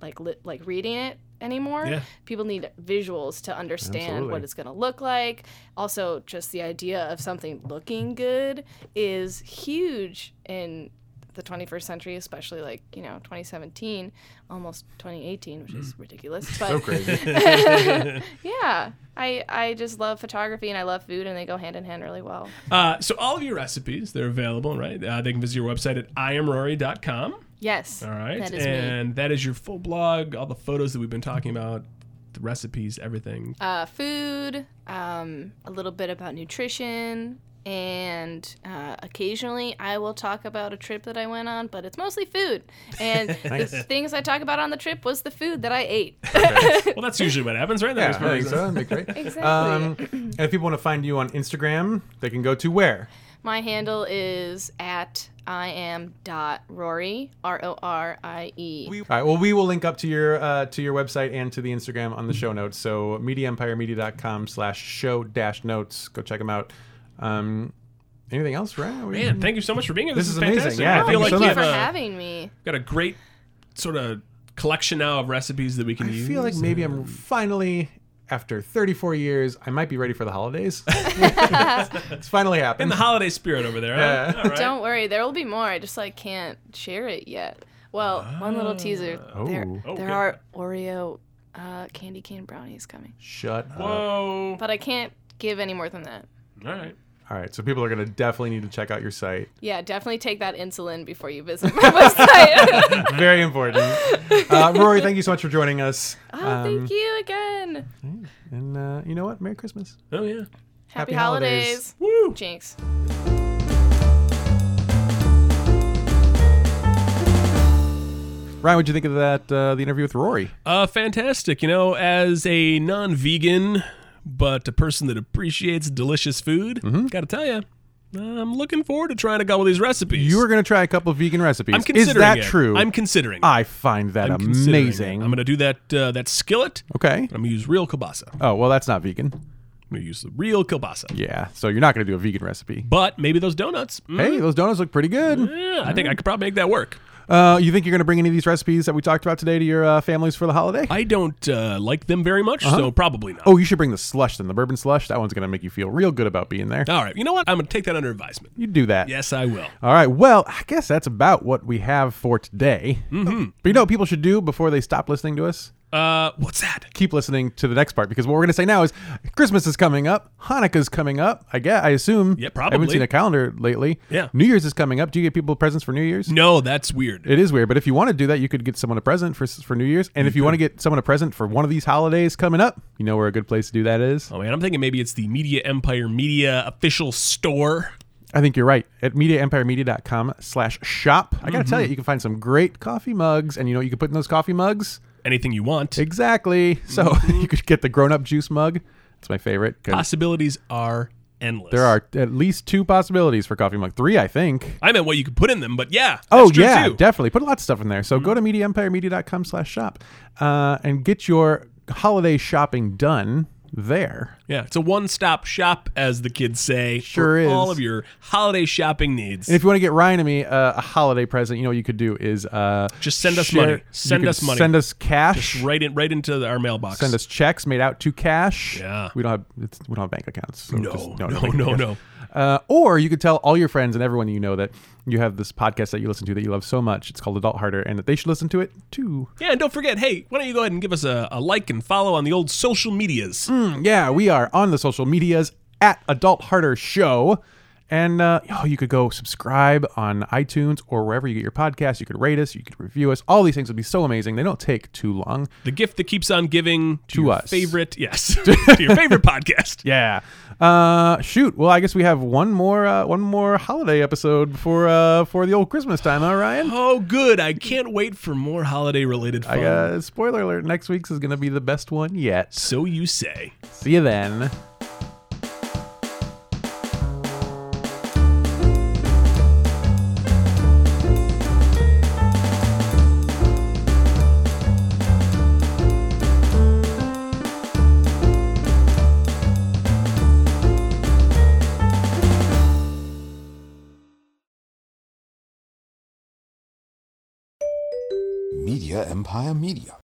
like li- like reading it anymore.
Yeah.
People need visuals to understand
Absolutely.
what it's going to look like. Also, just the idea of something looking good is huge in the 21st century, especially like, you know, 2017, almost 2018, which is ridiculous. But
So crazy.
yeah, I, I just love photography and I love food and they go hand in hand really well.
Uh, so all of your recipes, they're available, right? Uh, they can visit your website at iamrory.com.
Yes.
All right.
That is me.
and that is your full blog, all the photos that we've been talking about, the recipes, everything.
Uh, food, um, a little bit about nutrition. And uh, occasionally, I will talk about a trip that I went on, but it's mostly food. And the things I talk about on the trip was the food that I ate.
well, that's usually what happens, right? That
yeah,
was
I
perfect.
think so. That'd be great.
Exactly.
Um, and if people want to find you on Instagram, they can go to where?
My handle is at I am dot Rory R O R I E.
All right. Well, we will link up to your uh, to your website and to the Instagram on the show notes. So mediaempiremedia.com slash show dash notes. Go check them out. Um, anything else, Ryan? Are we-
Man, thank you so much for being here. This,
This
is
is amazing.
fantastic.
Yeah,
I
thank
feel
you
like
so
Thank you
we've
for
much.
uh,
having me.
got a great sort of collection now of recipes that we can
I
use.
feel like maybe I'm finally after 34 years, I might be ready for the holidays. it's finally
in
happened.
the holiday spirit over there. huh?
Yeah.
All right.
Don't worry, there will be more. I just like can't share it yet. Well, one little teaser. There,
Ah. Oh.
Oh,
there
good.
are Oreo uh, candy cane brownies coming,
Shut up.
Whoa.
but I can't give any more than that.
All right.
All right. So people are going to definitely need to check out your site.
Yeah, definitely take that insulin before you visit my website.
Very important. Uh, Rory, thank you so much for joining us.
oh, thank you again.
And uh, you know what? Merry Christmas.
Oh yeah.
happy
Happy,
holidays.
holidays.
Woo.
Jinx.
Ryan, what'd you think of that? Uh, the interview with Rory.
Uh, fantastic. You know, as a non-vegan, but a person that appreciates delicious food,
Mm-hmm.
gotta tell you, I'm looking forward to trying a couple of these recipes.
You were going to try a couple of vegan recipes.
I'm considering
Is that
it.
true?
I'm considering. it.
I find that
I'm considering it.
amazing.
I'm gonna do that uh, that skillet.
okay.
I'm gonna use real kielbasa. I'm
Oh well, that's not vegan.
gonna use the real kielbasa.
Yeah. So you're not going to do a vegan recipe.
But maybe those donuts. mm,
Hey, those donuts look pretty good.
yeah, I think I could probably make that work.
Uh, you think you're going to bring any of these recipes that we talked about today to your uh, families for the holiday?
I don't uh, like them very much, so probably not.
oh, you should bring the slush then, the bourbon slush. That one's going to make you feel real good about being there.
All right. You know what? I'm gonna take that under advisement.
You do that.
Yes, I will.
All right. Well, I guess that's about what we have for today. Mm-hmm. But you know what people should do before they stop listening to us?
Uh, what's that?
keep listening to the next part because what we're going to say now is Christmas is coming up, Hanukkah's coming up. I guess I assume.
Yeah,
I haven't
probably.
seen a calendar lately.
Yeah. Mm.
New Year's is coming up. Do you get people presents for New Year's?
No, that's weird.
It is weird, but if you want to do that, you could get someone a present for for New Year's, and if you want to get someone a present for one of these holidays coming up, you know where a good place to do that is.
Oh man, I'm thinking maybe it's the Media Empire Media official store.
I think you're right. At mediaempiremedia.com slash shop. I gotta tell
Mm-hmm.
you, you can find some great coffee mugs, and you know what you can put in those coffee mugs?
Anything you want.
Exactly. So you could get the grown up juice mug. That's my favorite. 'cause-
Possibilities are endless.
There are at least two possibilities for coffee mug. Three, I think.
I meant what you could put in them, but yeah. That's
oh
true
yeah,
too. Mm-hmm.
definitely. Put a lot of stuff in there. So go to mediaempiremedia.com slash shop uh, and get your holiday shopping done there.
yeah. It's a one-stop shop, as the kids say.
Sure
for
is.
All of your holiday shopping needs.
And if you want to get Ryan and me uh, a holiday present, you know what you could do is uh,
Just send us
share-
money.
you
Send
could
us money.
Send us cash.
right in, right into the- our mailbox.
Send us checks made out to cash.
Yeah.
we don't have it's, we don't have bank accounts. so
No,
just-
no,
bank
no,
accounts.
no.
Uh, or you could tell all your friends and everyone you know that you have this podcast that you listen to that you love so much. It's called Adult Harder, and that they should listen to it too.
Yeah, and don't forget, hey, why don't you go ahead and give us a, a like and follow on the old
Mm.
social medias?
Hmm, Yeah, we are on the social medias at Adult Harder Show. And uh, oh, you could go subscribe on iTunes or wherever you get your podcasts. You could rate us, you could review us. All these things would be so amazing. They don't take too long.
The gift that keeps on giving to,
To
your
us.
favorite, yes, to your favorite podcast.
Yeah. Uh, shoot. Well, I guess we have one more uh, one more holiday episode before uh, for the old Christmas time, huh, Ryan?
Oh, good! I can't wait for more holiday-related fun.
I, uh, spoiler alert: next week's is gonna be the best one yet.
so you say.
See you then.
Media Empire Media.